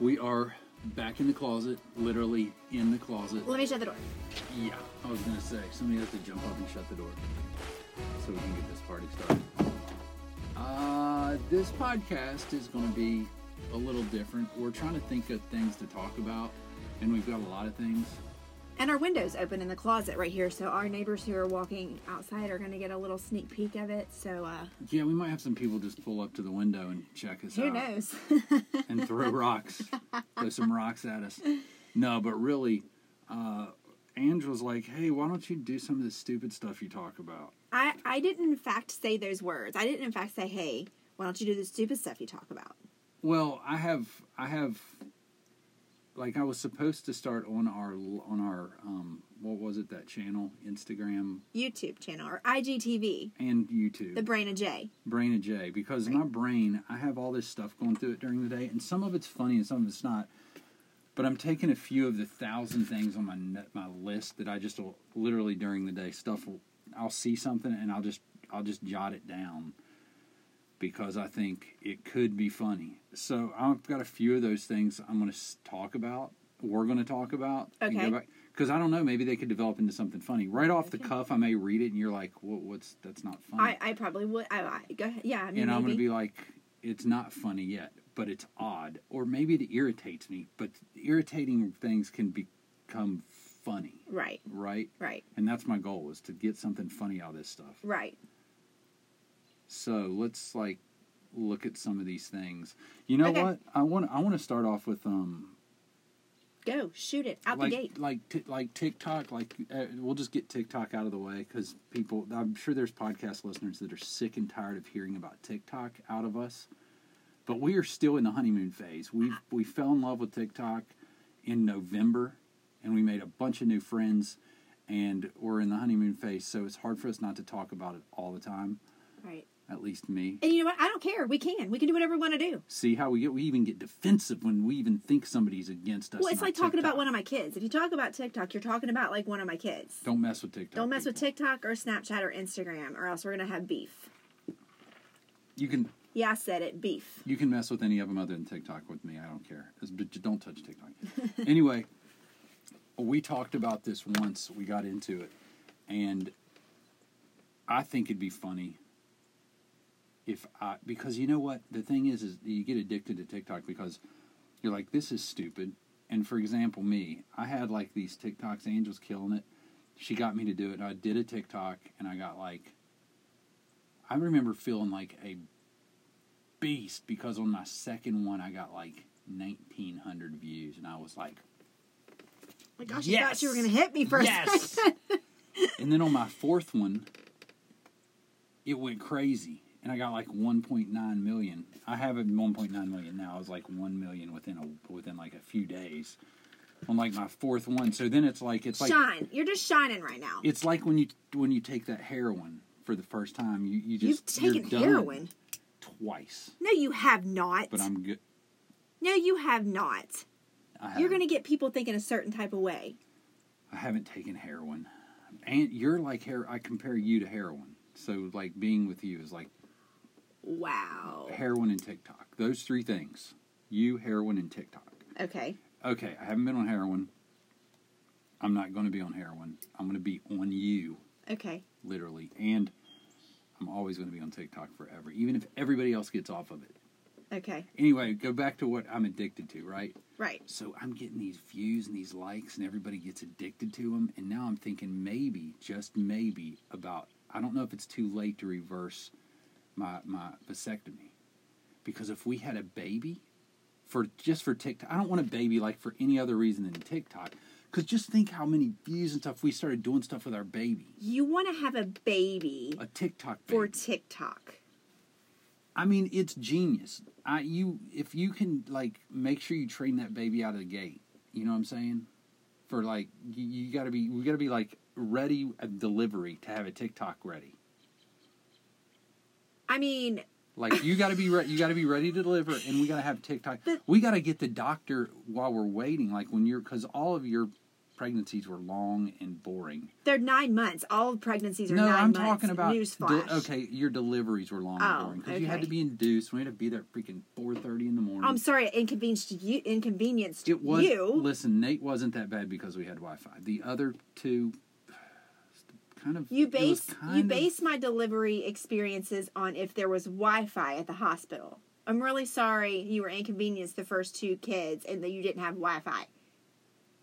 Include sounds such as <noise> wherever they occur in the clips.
We are back in the closet, literally in the closet. Let me shut the door. Yeah, I was gonna say somebody has to jump up and shut the door so we can get this party started. Uh, this podcast is gonna be a little different. We're trying to think of things to talk about, and we've got a lot of things. And our windows open in the closet right here, so our neighbors who are walking outside are gonna get a little sneak peek of it. So uh, Yeah, we might have some people just pull up to the window and check us who out. knows? <laughs> and throw rocks, throw some rocks at us. No, but really, uh, Angela's like, hey, why don't you do some of this stupid stuff you talk about? I I didn't in fact say those words. I didn't in fact say, hey, why don't you do the stupid stuff you talk about? Well, I have, I have, like, I was supposed to start on our, on our, um, what was it that channel, Instagram YouTube channel or IGTV, and YouTube, the Brain of Jay. Brain of Jay, because my brain, I have all this stuff going through it during the day, and some of it's funny and some of it's not. But I'm taking a few of the thousand things on my net, my list that I just will, literally during the day stuff. Will, I'll see something and I'll just I'll just jot it down because I think it could be funny. So I've got a few of those things I'm going to talk about. We're going to talk about. Okay. Because I don't know, maybe they could develop into something funny. Right off the cuff, I may read it and you're like, "What? What's that's not funny." I, I probably would. I, I go ahead. Yeah, I mean, Um. and I'm going to maybe. be like, it's not funny yet, but it's odd, or maybe it irritates me. But irritating things can become funny, right, right? right, And that's my goal is to get something funny out of this stuff. right. So let's like look at some of these things. You know Okay. what? I want I want to start off with um Go shoot it out like the gate. like t- like TikTok. Like uh, we'll just get TikTok out of the way because people. I'm sure there's podcast listeners that are sick and tired of hearing about TikTok out of us. But we are still in the honeymoon phase. We Ah. we fell in love with TikTok in November, and we made a bunch of new friends, and we're in the honeymoon phase. So it's hard for us not to talk about it all the time. Right. At least me. And you know what? I don't care. We can. We can do whatever we want to do. See how we get. We even get defensive when we even think somebody's against us. Well, and it's our like talking about TikTok. one of my kids. If you talk about TikTok, you're talking about like one of my kids. Don't mess with TikTok. Don't mess with people. TikTok or Snapchat or Instagram, or else we're gonna have beef. You can Yeah, I said it. Beef. You can mess with any of them other than TikTok with me. I don't care. It's- But j- don't touch TikTok. anyway, we talked about this once. We got into it, and I think it'd be funny if I because you know what the thing is is you get addicted to TikTok because you're like this is stupid. And for example, me, I had like these TikToks. Angel's killing it. She got me to do it. I did a TikTok, and I got like. I remember feeling like a beast because on my second one I got like 1900 views and I was like Oh my gosh, you thought you were Yes. gonna hit me first. <laughs> yes and then on my fourth one it went crazy and I got like 1.9 million I have it 1.9 million now I was like 1 million within a within like a few days on like my fourth one so then it's like it's like Shine. You're just shining right now. it's like when you when you take that heroin for the first time you you You've just you're taken done heroin. twice No, you have not. but I'm good No, you have not. I You're haven't. gonna get people thinking a certain type of way. I haven't taken heroin. And you're like hair. I compare you to heroin. So like being with you is like Wow. heroin and TikTok. Those three things. You, heroin, and TikTok. Okay. Okay, I haven't been on heroin. I'm not going to be on heroin. I'm going to be on you, Okay. literally, and I'm always going to be on TikTok forever, even if everybody else gets off of it. Okay. Anyway, go back to what I'm addicted to, right? Right. So I'm getting these views and these likes, and everybody gets addicted to them. And now I'm thinking maybe, just maybe, about I don't know if it's too late to reverse my my vasectomy, because if we had a baby, for just for TikTok, I don't want a baby like for any other reason than TikTok. Because just think how many views and stuff we started doing stuff with our baby, You want to have a baby a TikTok baby. for TikTok. I mean, it's genius. I you if you can like make sure you train that baby out of the gate. You know what I'm saying? For like you, you got to be we got to be like ready at delivery to have a TikTok ready. I mean, Like you got to be re- you got to be ready to deliver, and we got to have TikTok. But- we got to get the doctor while we're waiting. Like when you're because all of your pregnancies were long and boring. They're nine months. All pregnancies are No, 9 I'm months. talking about Newsflash. de- okay, your deliveries were long and Oh, boring because you had okay. to be induced. We had to be there at freaking four thirty in the morning. I'm sorry, it inconvenienced you. Inconvenienced It was you. listen. Nate wasn't that bad because we had Wi-Fi. The other two, <sighs> kind of You it was base kind you of- base my delivery experiences on if there was Wi-Fi at the hospital. I'm really sorry you were inconvenienced the first two kids and that you didn't have Wi-Fi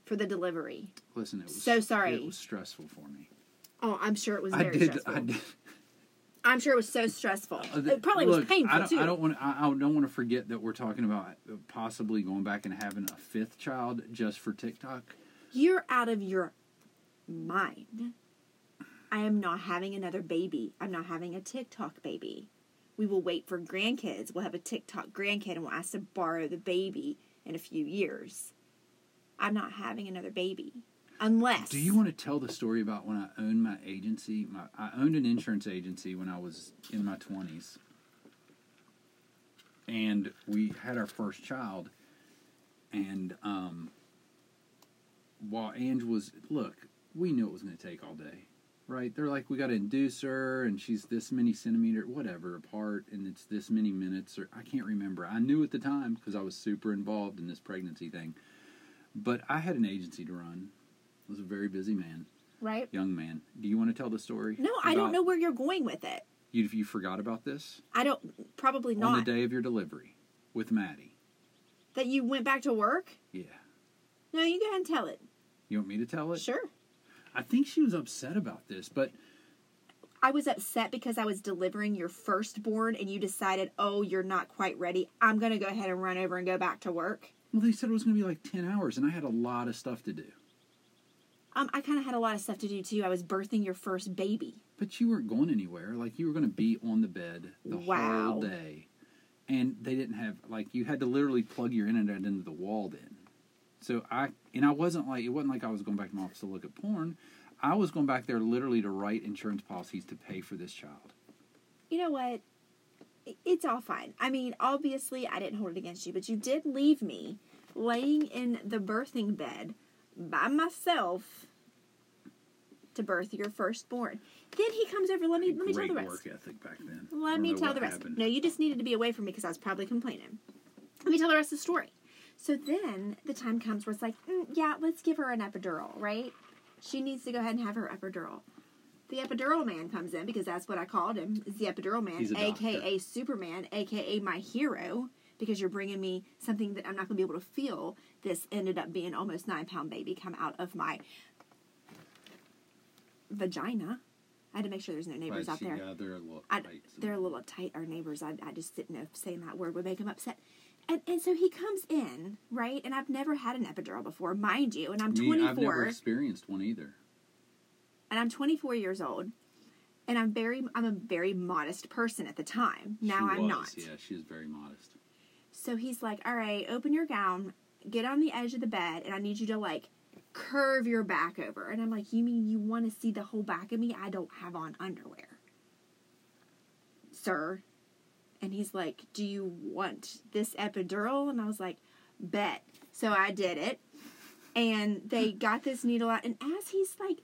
for the delivery. Listen, it was So sorry. It was stressful for me. Oh, I'm sure it was I very did. stressful. I did. Uh, I'm sure it was so stressful. It probably was Look, painful I don't, too. I don't want. I, I don't want to forget that we're talking about possibly going back and having a fifth child just for TikTok. You're out of your mind. I am not having another baby. I'm not having a TikTok baby. We will wait for grandkids. We'll have a TikTok grandkid and we'll ask to borrow the baby in a few years. I'm not having another baby. Unless. Do you want to tell the story about when I owned my agency? My, I owned an insurance agency when I was in my 20s. And we had our first child. And um, while Ange was, look, we knew it was going to take all day, right? They're like, we got to induce her, and she's this many centimeter, whatever, apart, and it's this many minutes, or I can't remember. I knew at the time because I was super involved in this pregnancy thing. But I had an agency to run. I was a very busy man, Right? young man. Do you want to tell the story? No, I don't about- know where you're going with it. You, you forgot about this I don't. Probably on the not. day of your delivery with Maddie. That you went back to work? Yeah. No, you go ahead and tell it. You want me to tell it? Sure. I think she was upset about this, but I was upset because I was delivering your firstborn and you decided, oh, you're not quite ready. I'm going to go ahead and run over and go back to work. well, they said it was going to be like 10 hours, and I had a lot of stuff to do. Um, I kind of had a lot of stuff to do too. I was birthing your first baby. But you weren't going anywhere. Like, you were going to be on the bed the Wow. whole day. And they didn't have, like, you had to literally plug your internet into the wall then. So I, and I wasn't like, it wasn't like I was going back to my office to look at porn. I was going back there literally to write insurance policies to pay for this child. You know what? I- It's all fine. I mean, obviously, I didn't hold it against you, but you did leave me laying in the birthing bed by myself to birth your firstborn. Then he comes over. Let me let me tell Great the rest. work ethic back then. I Let don't me know tell what the rest. happened. No, you just needed to be away from me because I was probably complaining. Let me tell the rest of the story. So then the time comes where it's like, "Mm, yeah, let's give her an epidural, right? She needs to go ahead and have her epidural. The epidural man comes in because that's what I called him. Is the epidural man, He's a doctor. aka Superman, aka my hero, because you're bringing me something that I'm not going to be able to feel. This ended up being almost nine pound baby come out of my vagina. I had to make sure there's no neighbors But out she- there. Yeah, they're a little I, tight. they're a little uptight. Our neighbors, I, I just didn't know if saying that word would make them upset. And, and so he comes in, right? And I've never had an epidural before, mind you. And I'm Me- I've never 24. experienced one either. And I'm 24 years old. And I'm very, I'm a very modest person at the time. Now she I'm was, not. Yeah, she was very modest. So he's like, all right, open your gown, get on the edge of the bed, and I need you to like curve your back over. And I'm like, you mean you want to see the whole back of me? I don't have on underwear, sir. And he's like, do you want this epidural? And I was like, bet. So I did it. And they got this needle out. And as he's like,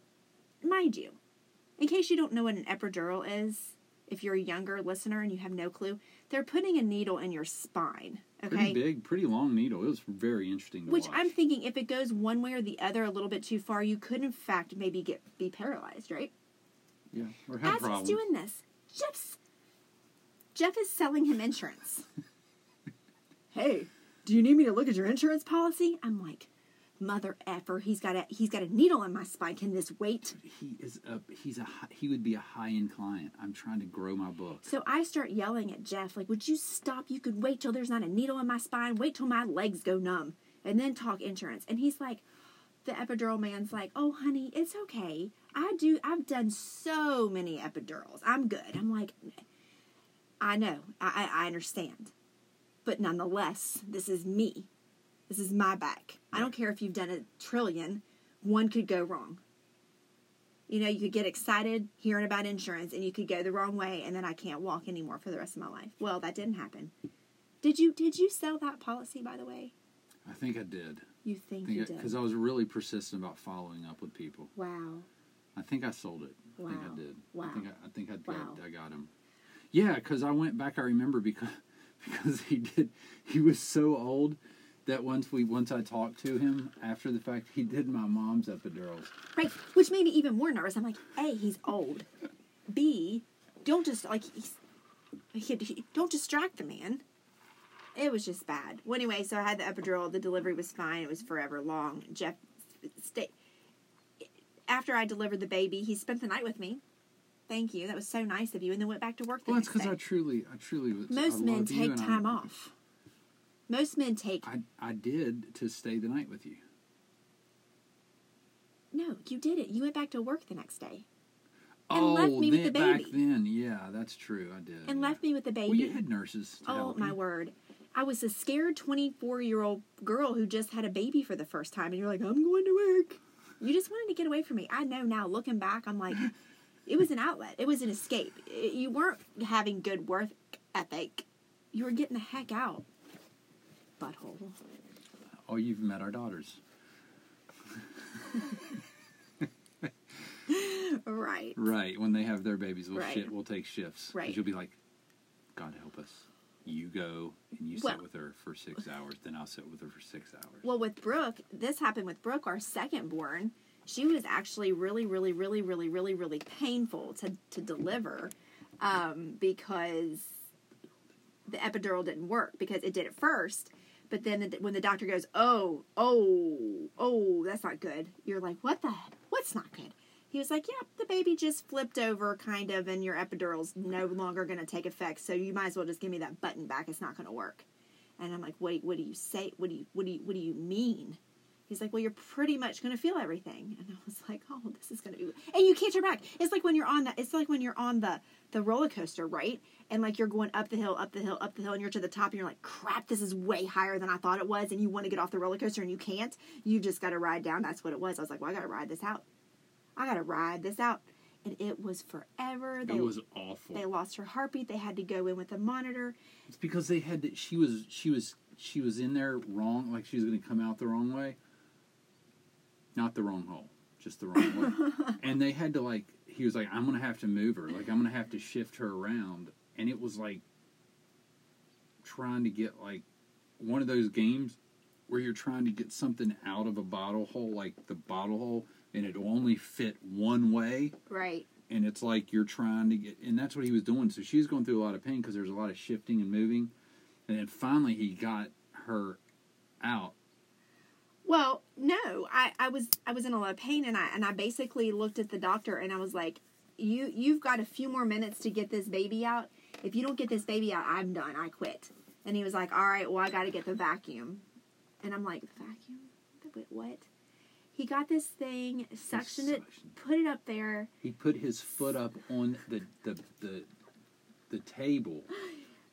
mind you, in case you don't know what an epidural is, if you're a younger listener and you have no clue, they're putting a needle in your spine. Pretty Okay. big, pretty long needle. It was very interesting to Which watch. I'm thinking, if it goes one way or the other a little bit too far, you could in fact maybe get be paralyzed, right? yeah, or had As problems. he's doing this, Jeff's Jeff is selling <laughs> him insurance. hey, do you need me to look at your insurance policy? I'm like, mother effer, he's got a he's got a needle in my spine. Can this wait? he is a he's a hi- he would be a high end client. I'm trying to grow my book. So I start yelling at Jeff, like, would you stop? You could wait till there's not a needle in my spine, wait till my legs go numb, and then talk insurance. And he's like, the epidural man's like, oh, honey, it's okay. I do, I've done so many epidurals. I'm good. I'm like, I know, I, I, I understand. But nonetheless, this is me. This is my back. I don't care if you've done a trillion, one could go wrong. You know, you could get excited hearing about insurance and you could go the wrong way and then I can't walk anymore for the rest of my life. Well, that didn't happen. Did you did you sell that policy by the way? I think I did. You think you did? Because I was really persistent about following up with people. Wow. I think I sold it. I think Wow. I did. Wow. I think I, I think I got, Wow. I got him. Yeah, because I went back. I remember because <laughs> because he did. He was so old that once we once I talked to him after the fact, he did my mom's epidurals. Right, which made me even more nervous. I'm like, A, he's old. B, don't just like he's, he, he- don't distract the man. It was just bad. Well, anyway, so I had the epidural. The delivery was fine. It was forever long. Jeff, stay. After I delivered the baby, he spent the night with me. Thank you. That was so nice of you. And then went back to work. The Well, that's next because day. I truly, I truly was. Most I men love you take and I- time off. Most men take. I I did to stay the night with you. no, you did it. You went back to work the next day And left me with the Oh, then- baby. Back then, yeah, that's true. I did. and yeah. left me with the baby. Well, you had nurses. To Oh help my you. word. I was a scared 24 year old girl who just had a baby for the first time, and you're like, I'm going to work. You just wanted to get away from me. I know now, looking back, I'm like, it was an outlet, it was an escape. It- you weren't having good work ethic, you were getting the heck out. Butthole. <laughs> Oh, you've met our daughters. Right. Right. When they have their babies, we'll Right. shit. We'll take shifts. 'Cause Right. You'll be like, God help us. You go and you Well- sit with her for <laughs> six hours. Then I'll sit with her for six hours. Well, with Brooke, this happened with Brooke, our second born. She was actually really, really, really, really, really, really painful to, to deliver um, because the epidural didn't work because it did at first. But then the, when the doctor goes, oh, oh, oh, that's not good, you're like, what the? What's not good? He was like, yeah, the baby just flipped over, kind of, and your epidural's no longer going to take effect. So you might as well just give me that button back. It's not going to work. And I'm like, what? What do you say? What do you? What do you? What do you mean? He's like, well, you're pretty much going to feel everything. And I was like, oh, this is going to be. And you can't turn back. It's like when you're on that. It's like when you're on the the roller coaster, right? And like you're going up the hill, up the hill, up the hill, and you're to the top, and you're like, crap, this is way higher than I thought it was. And you want to get off the roller coaster, and you can't. You just got to ride down. That's what it was. I was like, well, I got to ride this out. I got to ride this out. And it was forever. They, it was awful. they lost her heartbeat. They had to go in with a monitor. It's because they had to, she was she was she was in there wrong, like she was going to come out the wrong way. Not the wrong hole, just the wrong way. And they had to like he was like I'm going to have to move her, like I'm going to have to shift her around, and it was like trying to get like one of those games where you're trying to get something out of a bottle hole, like the bottle hole, and it'll only fit one way Right. and it's like you're trying to get and that's what he was doing so she's going through a lot of pain because there's a lot of shifting and moving and then finally he got her out Well, no, I, I was I was in a lot of pain, and I and I basically looked at the doctor, and I was like, "You you've got a few more minutes to get this baby out. If you don't get this baby out, I'm done. I quit." And he was like, "All right, well, I got to get the vacuum," and I'm like, "Vacuum? Wait, what?" He got this thing, suctioned it, suction. put it up there. he put his foot up on the the the, the table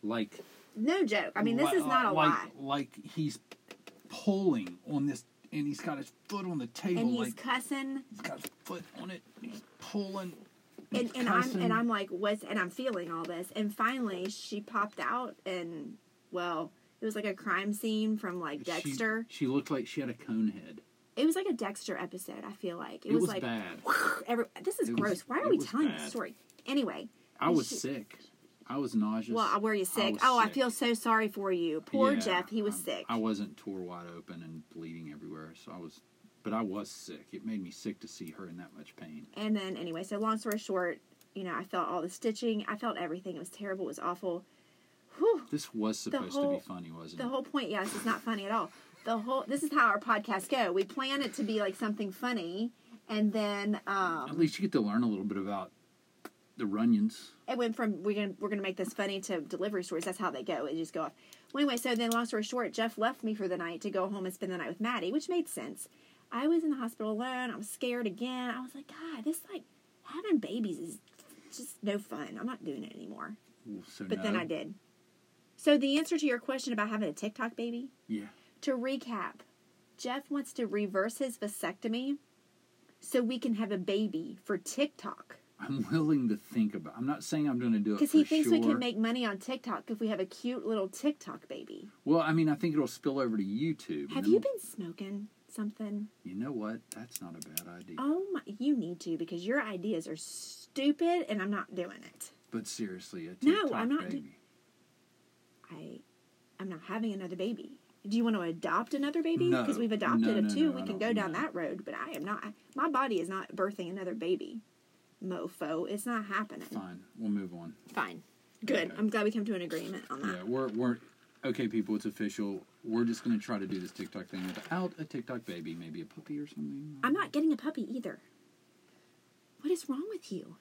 like No joke. I mean, this is not a uh, like, lie. like he's pulling on this and he's got his foot on the table And he's like cussing. he's got his foot on it and he's pulling and, he's and I'm cussing. and I'm like, what's and I'm feeling all this, and finally she popped out, and well, it was like a crime scene from like She- Dexter. she, looked like she had a cone head It was like a Dexter episode. I feel like it, it, was, was, like bad every, this is It was- gross. Why are it we was telling this bad. story anyway? I was she- sick. I was nauseous. Well, were you sick? was oh, I sick. feel so sorry for you. Poor Yeah, Jeff. He was I- sick. I wasn't tore wide open and bleeding everywhere, so I was, but I was sick. It made me sick to see her in that much pain. And then anyway, so long story short, you know, I felt all the stitching. I felt everything. It was terrible. It was awful. Whew. This was supposed to whole- be funny, wasn't The it? whole point, yes, it's not funny at all. The whole this is how our podcasts go. We plan it to be like something funny, and then At um, least you get to learn a little bit about the Runyons. it went from we're gonna we're gonna make this funny to delivery stories. That's how they go. It just go off. Well, anyway, so then long story short, Jeff left me for the night to go home and spend the night with Maddie, which made sense. I was in the hospital alone. I was scared again. I was like, God, this like having babies is just no fun. I'm not doing it anymore. Ooh, So But then no. I did. So the answer to your question about having a TikTok baby Yeah. To recap, Jeff wants to reverse his vasectomy so we can have a baby for TikTok. I'm <laughs> willing to think about. I'm not saying I'm going to do it Because because he thinks Uh, sure. we can make money on TikTok if we have a cute little TikTok baby. Well, I mean, I think it'll spill over to YouTube. and Have then you we'll- been smoking something? You know what? That's not a bad idea. Oh my! You need to because your ideas are stupid, and I'm not doing it. But seriously, a No, TikTok I'm not do- baby. I, I'm not having another baby. Do you want to adopt another baby? No. Because we've adopted No, a no, two. no, we I can don't- go down no. that road, but I am not. I, my body is not birthing another baby, mofo. It's not happening. Fine, we'll move on. Fine. Good. Okay. I'm glad we came to an agreement on that. Yeah, we're we're okay, people. It's official. We're just going to try to do this TikTok thing without a TikTok baby, maybe a puppy or something. I'm not getting a puppy either. What is wrong with you?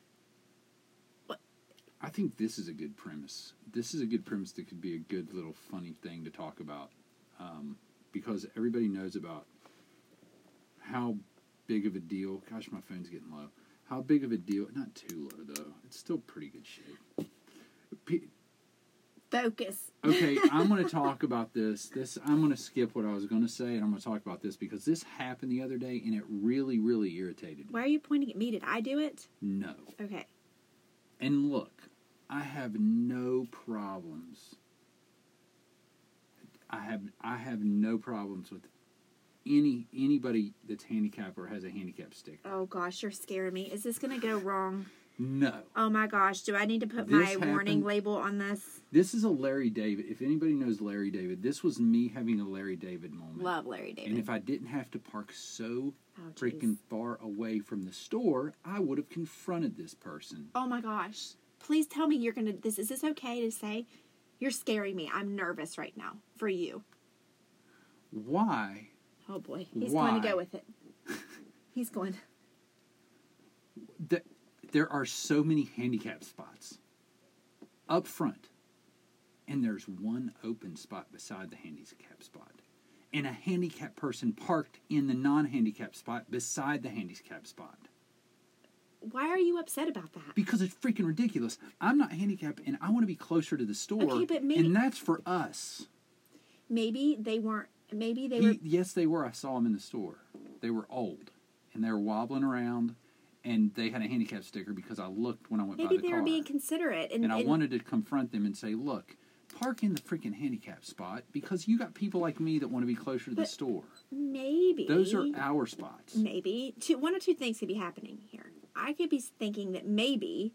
I think this is a good premise. This is a good premise that could be a good little funny thing to talk about, um, because everybody knows about how big of a deal. Gosh, my phone's getting low. How big of a deal? Not too low though. It's still pretty good shape. P- Focus. okay, I'm going to talk about this. This I'm going to skip what I was going to say, and I'm going to talk about this because this happened the other day, and it really, really irritated me. Why are you pointing at me? Did I do it? No, Okay. and look, I have no problems. I have I have no problems with any anybody that's handicapped or has a handicap sticker. Oh gosh, you're scaring me. Is this gonna go wrong? No, Oh my gosh, do I need to put This my happened- warning label on this? this is a Larry David. If anybody knows Larry David, this was me having a Larry David moment. Love Larry And David. if I didn't have to park so Oh, jeez. freaking far away from the store, I would have confronted this person. Oh my gosh. Please tell me you're gonna this is this okay to say? You're scaring me. I'm nervous right now for you. Why? Oh boy. He's Why? going to go with it. He's going Th- there are so many handicap spots up front, and there's one open spot beside the handicap spot. And a handicapped person parked in the non handicapped spot beside the handicapped spot. Why are you upset about that? Because it's freaking ridiculous. I'm not handicapped and I want to be closer to the store. Okay, but maybe- and that's for us. Maybe they weren't maybe they He- were yes, they were. I saw them in the store. They were old, and they were wobbling around, and they had a handicap sticker because I looked when I went maybe by the they car. were being considerate and, and I and- wanted to confront them and say, "Look, park in the freaking handicap spot because you got people like me that want to be closer to the But- store. maybe Those are our spots." maybe two one or two things could be happening here i could be thinking that maybe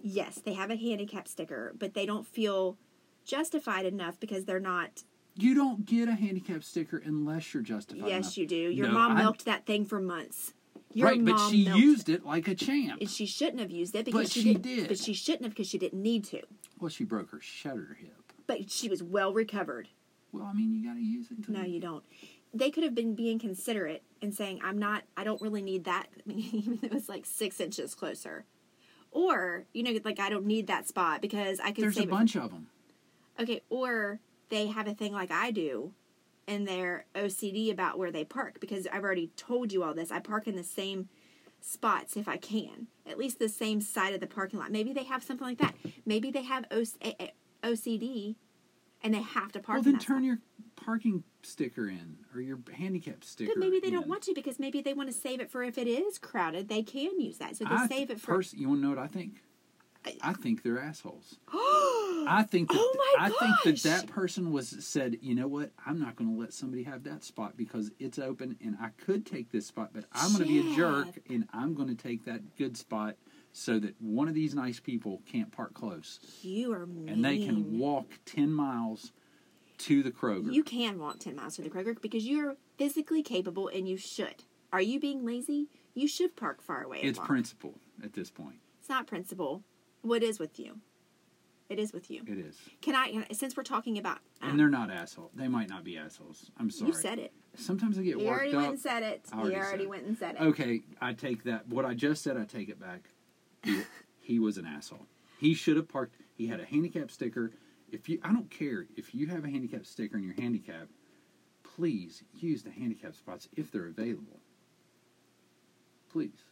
yes they have a handicap sticker but they don't feel justified enough because they're not You don't get a handicap sticker unless you're justified. yes enough. you do your No, mom I- milked that thing for months your right, but she milked used it like a champ. and she shouldn't have used it because But she, she didn't, did. but she shouldn't have because she didn't need to Well, she broke her shutter hip. but she was well recovered Well, I mean, you got to use it. Until No, you don't. They could have been being considerate and saying, I'm not, I don't really need that. <laughs> I mean, even though it's like six inches closer. Or, you know, like, I don't need that spot because I could There's save a it- bunch of them. Okay, or they have a thing like I do and they're OCD about where they park because I've already told you all this. I park in the same spots if I can, at least the same side of the parking lot. Maybe they have something like that. Maybe they have O- A- A- OCD and they have to park Well, in then that spot. turn your parking sticker in or your handicap sticker. But maybe they don't in. want to because maybe they want to save it for if it is crowded, they can use that. So they I save it for. Pers- you want to know what I think? I- I think they're assholes. I think. That, Oh my I think gosh! that that person was said. You know what? I'm not going to let somebody have that spot because it's open, and I could take this spot, but I'm going to be a jerk, and I'm going to take that good spot so that one of these nice people can't park close, <gasps> you are mean. and they can walk ten miles to the Kroger. You can walk 10 miles to the Kroger because you're physically capable and you should. Are you being lazy? You should park far away. and it's walk. principle at this point. It's not principle. What is with you? It is with you. It is, Can I, can I- since we're talking about. um, and they're not assholes. They might not be assholes. I'm sorry. you said it. Sometimes I get You worked already up. went and said it. I You already said already it. Oh. went and said it. Okay, I take that. What I just said, I take it back. <laughs> He, he was an asshole. He should have parked. He had a handicap sticker. If you, I don't care if you have a handicap sticker in your handicap. Please use the handicap spots if they're available. Please.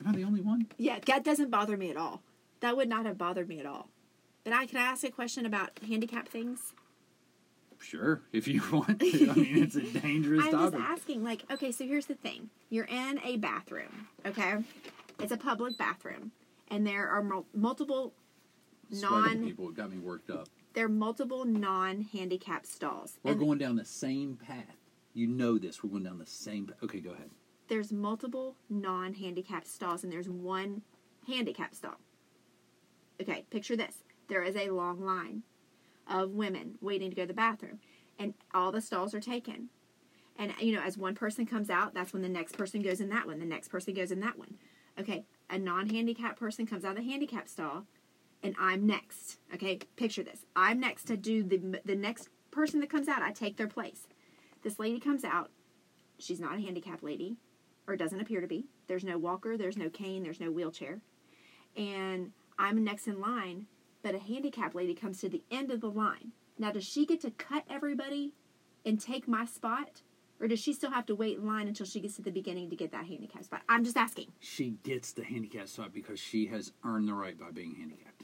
Am I the only one? Yeah, that doesn't bother me at all. That would not have bothered me at all. But I can I ask a question about handicap things? Sure, if you <laughs> want to. I mean, <laughs> it's a dangerous I'm just topic. asking, like, okay, so here's the thing. You're in a bathroom, okay? It's a public bathroom, and there are mul- multiple Sweating non people, it got me worked up. there are multiple non handicapped stalls. We're and going down the same path. You know this. We're going down the same. Pa- okay, go ahead. there's multiple non handicapped stalls, and there's one handicapped stall. Okay, picture this. There is a long line of women waiting to go to the bathroom, and all the stalls are taken. And, you know, as one person comes out, that's when the next person goes in that one, the next person goes in that one. Okay, a non handicapped person comes out of the handicapped stall, and I'm next. Okay, picture this. I'm next to do the, the next person that comes out, I take their place. This lady comes out, She's not a handicapped lady, or doesn't appear to be. There's no walker, there's no cane, there's no wheelchair. And I'm next in line, but a handicapped lady comes to the end of the line. Now, does she get to cut everybody and take my spot? Or does she still have to wait in line until she gets to the beginning to get that handicapped spot? I'm just asking. She gets the handicap spot because she has earned the right by being handicapped.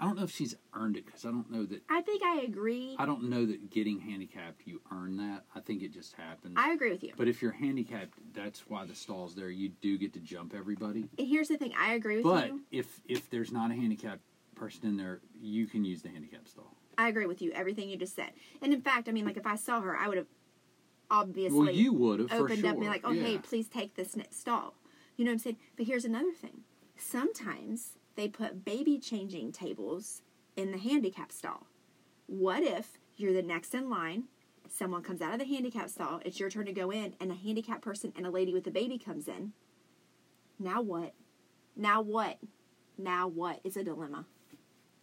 I don't know if she's earned it because I don't know that. I think I agree. I don't know that getting handicapped you earn that. I think it just happens. I agree with you. but if you're handicapped, that's why the stall's there. You do get to jump everybody. And here's the thing I agree with But you. if if there's not a handicapped person in there, you can use the handicap stall. I agree with you, everything you just said. And in fact, I mean, like, if I saw her, I would have obviously. Well, you would have for opened sure. up and be like, oh, hey, Yeah. please take this next stall. You know what I'm saying? But here's another thing. Sometimes they put baby changing tables in the handicap stall. What if you're the next in line? Someone comes out of the handicap stall. It's your turn to go in, and a handicapped person and a lady with a baby comes in. Now what? Now what? Now what? It's a dilemma.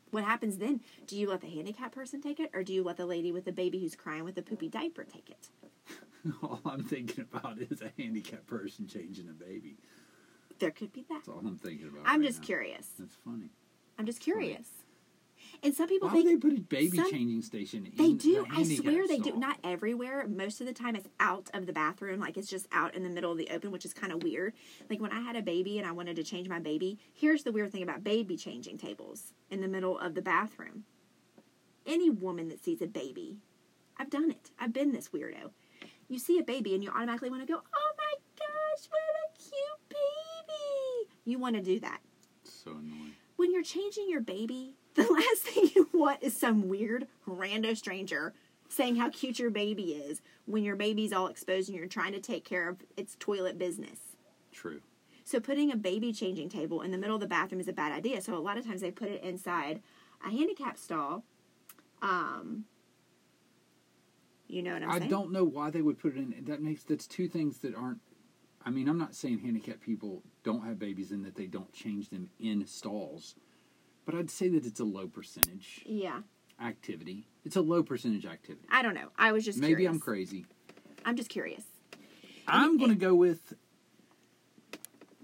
What happens then? Do you let the handicapped person take it, or do you let the lady with the baby who's crying with a poopy diaper take it? <laughs> All I'm thinking about is a handicapped person changing a baby. There could be that. That's all I'm thinking about. I'm right just now. curious. That's funny. I'm just curious. And some people Why would they think put a baby some- changing station in they, do. the I handicap swear they do. stall? Not everywhere. Most of the time, it's out of the bathroom. Like it's just out in the middle of the open, which is kind of weird. Like when I had a baby and I wanted to change my baby, here's the weird thing about baby changing tables in the middle of the bathroom. Any woman that sees a baby, I've done it. I've been this weirdo. You see a baby and you automatically want to go, oh my gosh, what a cute baby. You want to do that. So annoying. when you're changing your baby, <laughs> the last thing you want is some weird rando stranger saying how cute your baby is when your baby's all exposed and you're trying to take care of its toilet business. True. So putting a baby changing table in the middle of the bathroom is a bad idea. So a lot of times they put it inside a handicap stall. Um, you know what I'm I saying? don't know why they would put it in. That makes that's two things that aren't. I mean, I'm not saying handicapped people don't have babies and that they don't change them in stalls, but I'd say that it's a low percentage Yeah, activity. It's a low percentage activity. I don't know. I was just Maybe curious. I'm crazy. I'm just curious. I'm going to go with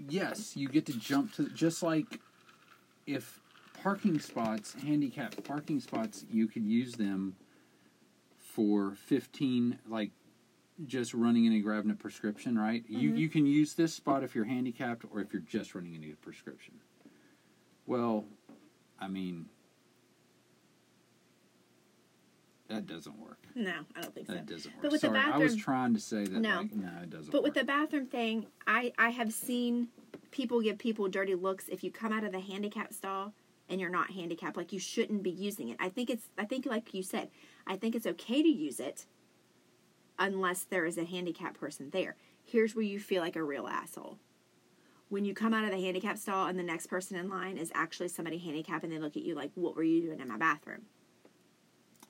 yes, you get to jump to just like if parking spots, handicapped parking spots, you could use them for 15 like just running in and grabbing a prescription, right? You Mm-hmm. you can use this spot if you're handicapped or if you're just running in and get a prescription. Well, I mean that doesn't work. No, I don't think so. That doesn't work. But with the Sorry, I was bathroom- trying to say that. No. like, no, it doesn't. But work. with the bathroom thing, I I have seen people give people dirty looks if you come out of the handicap stall and you're not handicapped. Like you shouldn't be using it. I think it's I think like you said, I think it's okay to use it unless there is a handicapped person there. Here's where you feel like a real asshole. When you come out of the handicap stall and the next person in line is actually somebody handicapped and they look at you like, "What were you doing in my bathroom?"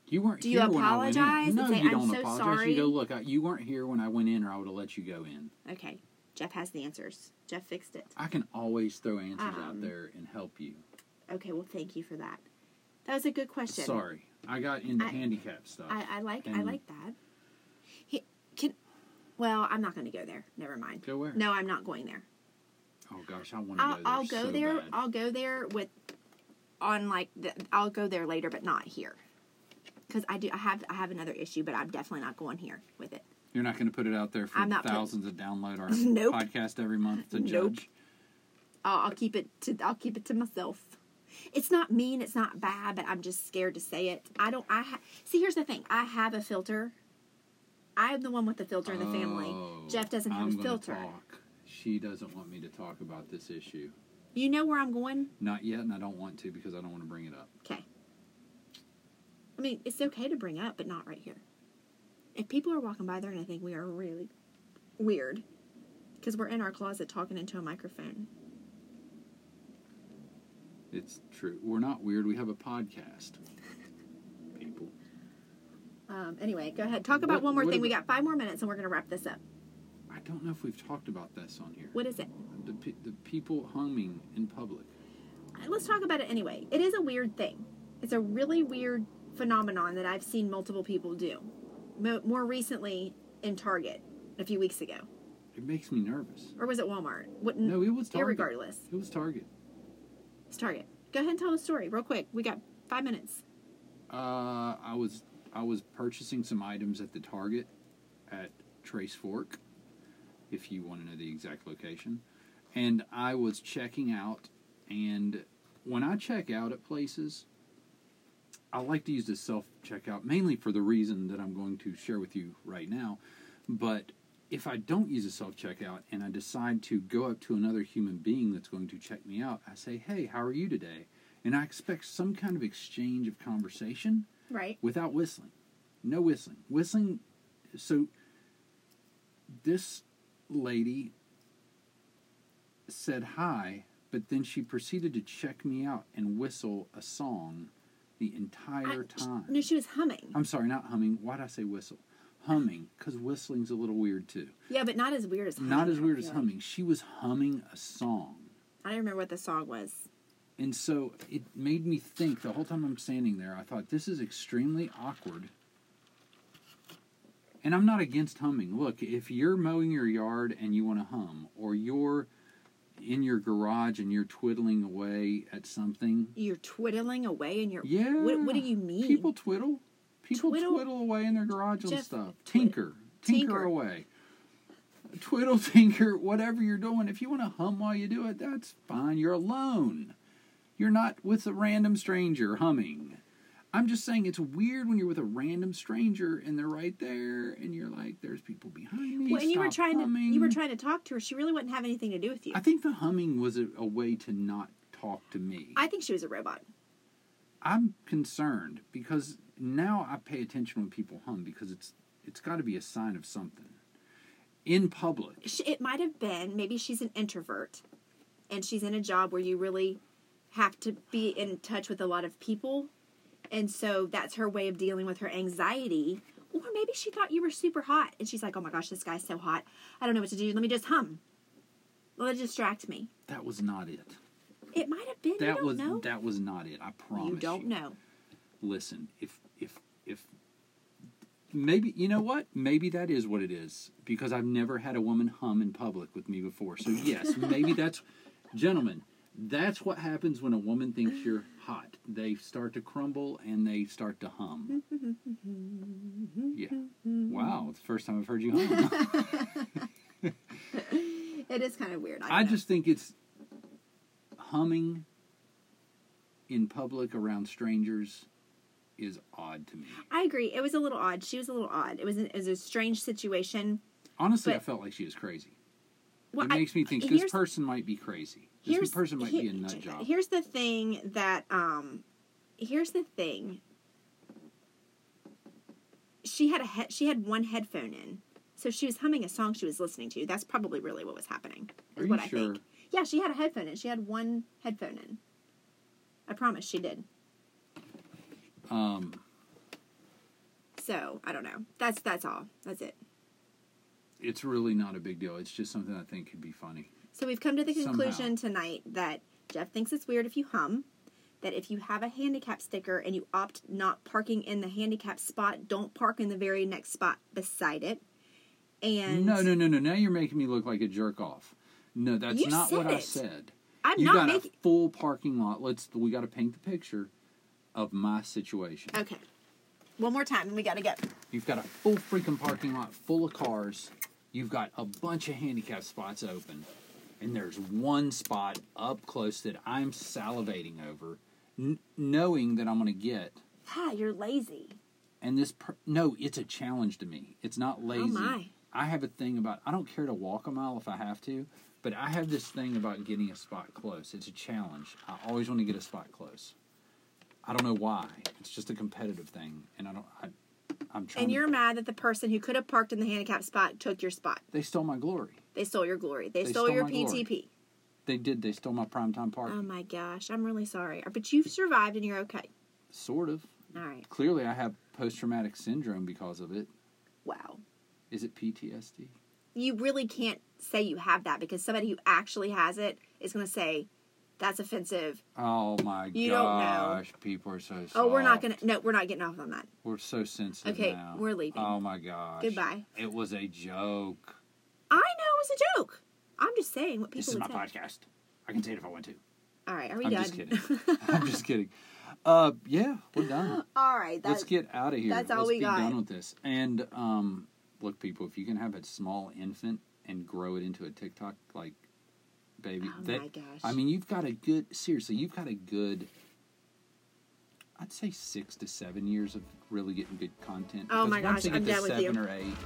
You weren't Do you here when I went in. apologize and No, say, you "I'm don't so apologize. sorry"? You go look. I, you weren't here when I went in, or I would have let you go in. Okay. Jeff has the answers. Jeff fixed it. I can always throw answers Um, out there and help you. Okay, well, thank you for that. That was a good question. Sorry, I got into I- handicap stuff. I, I like I And- like that. He can. Well, I'm not going to go there. Never mind. Go where? No, I'm not going there. oh gosh, I want to go I'll there. I'll go so there. bad. I'll go there with on like the, I'll go there later, but not here. Because I do I have I have another issue, but I'm definitely not going here with it. You're not going to put it out there for I'm not put- thousands that download our <laughs> Nope. podcast every month to Nope. judge. I'll, I'll keep it to I'll keep it to myself. It's not mean, it's not bad, but I'm just scared to say it. I don't. I ha- see. Here's the thing. I have a filter. I'm the one with the filter in the family. Oh, Jeff doesn't have I'm a gonna filter. Talk. She doesn't want me to talk about this issue. You know where I'm going. Not yet, and I don't want to because I don't want to bring it up. Okay. I mean, it's okay to bring up, but not right here. If people are walking by, they're gonna think we are really weird because we're in our closet talking into a microphone. It's true. We're not weird. We have a podcast. People. Um, anyway, go ahead. Talk about What- one more what thing. we about- got five more minutes, and we're gonna wrap this up. I don't know if we've talked about this on here. What is it? The, pe- the people humming in public. let's talk about it anyway. It is a weird thing. It's a really weird phenomenon that I've seen multiple people do. Mo- more recently in Target a few weeks ago, It makes me nervous. or was it Walmart? What, No, it was Target. Irregardless, It was Target. it's Target. Go ahead and tell the story real quick. We got five minutes. Uh, I was I was purchasing some items at the Target at Trace Fork, if you want to know the exact location. And I was checking out, and when I check out at places, I like to use the self checkout mainly for the reason that I'm going to share with you right now. But if I don't use a self checkout and I decide to go up to another human being that's going to check me out, I say, Hey, how are you today? And I expect some kind of exchange of conversation Right. without whistling. No whistling. Whistling. So this lady said hi, but then she proceeded to check me out and whistle a song the entire I- time. No, she was humming. I'm sorry, not humming. Why'd I say whistle? Humming, because whistling's a little weird too. yeah, but not as weird as humming. Not I as don't weird as feel. humming. She was humming a song. I don't remember what the song was. And so it made me think the whole time I'm standing there, I thought, this is extremely awkward. And I'm not against humming. Look, if you're mowing your yard and you want to hum, or you're in your garage and you're twiddling away at something, You're twiddling away and you're. yeah. What, what do you mean? People twiddle. People Twiddle? twiddle, away in their garage on Jeff, stuff. twi- Tinker. tinker. tinker. away. Twiddle, <laughs> tinker, whatever you're doing. If you want to hum while you do it, that's fine. You're alone. You're not with a random stranger humming. I'm just saying it's weird when you're with a random stranger and they're right there and you're like, there's people behind me. well, and you were Stop trying humming. to you were trying to talk to her. She really wouldn't have anything to do with you. I think the humming was a, a way to not talk to me. I think she was a robot. I'm concerned because now I pay attention when people hum because it's it's got to be a sign of something in public. sh- it might have been maybe she's an introvert and she's in a job where you really have to be in touch with a lot of people and so that's her way of dealing with her anxiety or maybe she thought you were super hot and she's like oh my gosh this guy's so hot i don't know what to do let me just hum let it distract me That was not it. it might have been you That don't was know that was not it. I promise. you don't know Listen, if if if maybe you know what? Maybe that is what it is because I've never had a woman hum in public with me before. So yes, maybe that's gentlemen. That's what happens when a woman thinks you're hot. They start to crumble and they start to hum. Yeah. Wow, it's the first time I've heard you hum. it is kind of weird i, I know. just think it's humming in public around strangers is odd to me. i agree it was a little odd she was a little odd it was, an, it was a strange situation Honestly, I But- felt like she was crazy. well, it I- makes me think here's- this person might be crazy. This person might be a here- nut job. Here's the thing that um, here's the thing. She had a he- she had one headphone in, so she was humming a song she was listening to. That's probably really what was happening. Is Are you what I sure? think. Yeah, she had a headphone in. She had one headphone in. I promise she did. Um, So I don't know. That's that's all. That's it. it's really not a big deal. It's just something I think could be funny. So we've come to the Somehow. conclusion tonight that Jeff thinks it's weird if you hum, that if you have a handicap sticker and you opt not parking in the handicap spot, don't park in the very next spot beside it. And no, no, no, no. Now you're making me look like a jerk off. No, that's You not said what I it. said. I'm you not got making a full parking lot. Let's we got to paint the picture of my situation. Okay. One more time, we gotta go. You've got a full freaking parking lot full of cars. You've got a bunch of handicap spots open. and there's one spot up close that I'm salivating over, n- knowing that I'm going to get. Ha, ah, you're lazy. And this, per- no, it's a challenge to me. It's not lazy. Oh, my. I have a thing about, I don't care to walk a mile if I have to, but I have this thing about getting a spot close. It's a challenge. I always want to get a spot close. I don't know why. It's just a competitive thing. And I don't, I, I'm trying And to- you're mad that the person who could have parked in the handicap spot took your spot. they stole my glory. They stole your glory. They, They stole, stole your my glory. PTP. They did. They stole my primetime park. Oh my gosh, I'm really sorry. But you've survived and you're okay. sort of. All right. Clearly, I have post traumatic syndrome because of it. Wow. Is it PTSD? You really can't say you have that because somebody who actually has it is going to say, that's offensive. Oh my You don't know. gosh! People are so. Soft. Oh, we're not going to. No, we're not getting off on that. We're so sensitive. Okay, now. we're leaving. Oh my gosh! Goodbye. It was a joke. I know it was a joke. I'm just saying what people This is would my say. podcast. I can say it if I want to. All right, are we I'm done? just kidding. <laughs> I'm just kidding. Uh, yeah, we're <gasps> done. All right, that's Let's get out of here. that's all Let's we be got. done with this. And um, look, people, if you can have a small infant and grow it into a TikTok like baby, Oh that my gosh. I mean, you've got a good. Seriously, you've got a good. I'd say six to seven years of really getting good content. Oh Because my once gosh, you get I'm to done with you. seven or eight,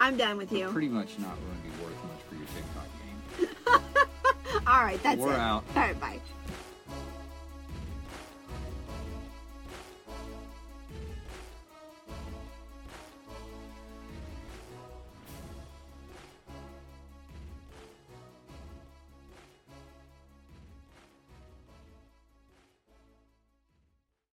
I'm done with you're you. pretty much not going to be worth much for your TikTok game. All right, that's We're it. out. All right, bye.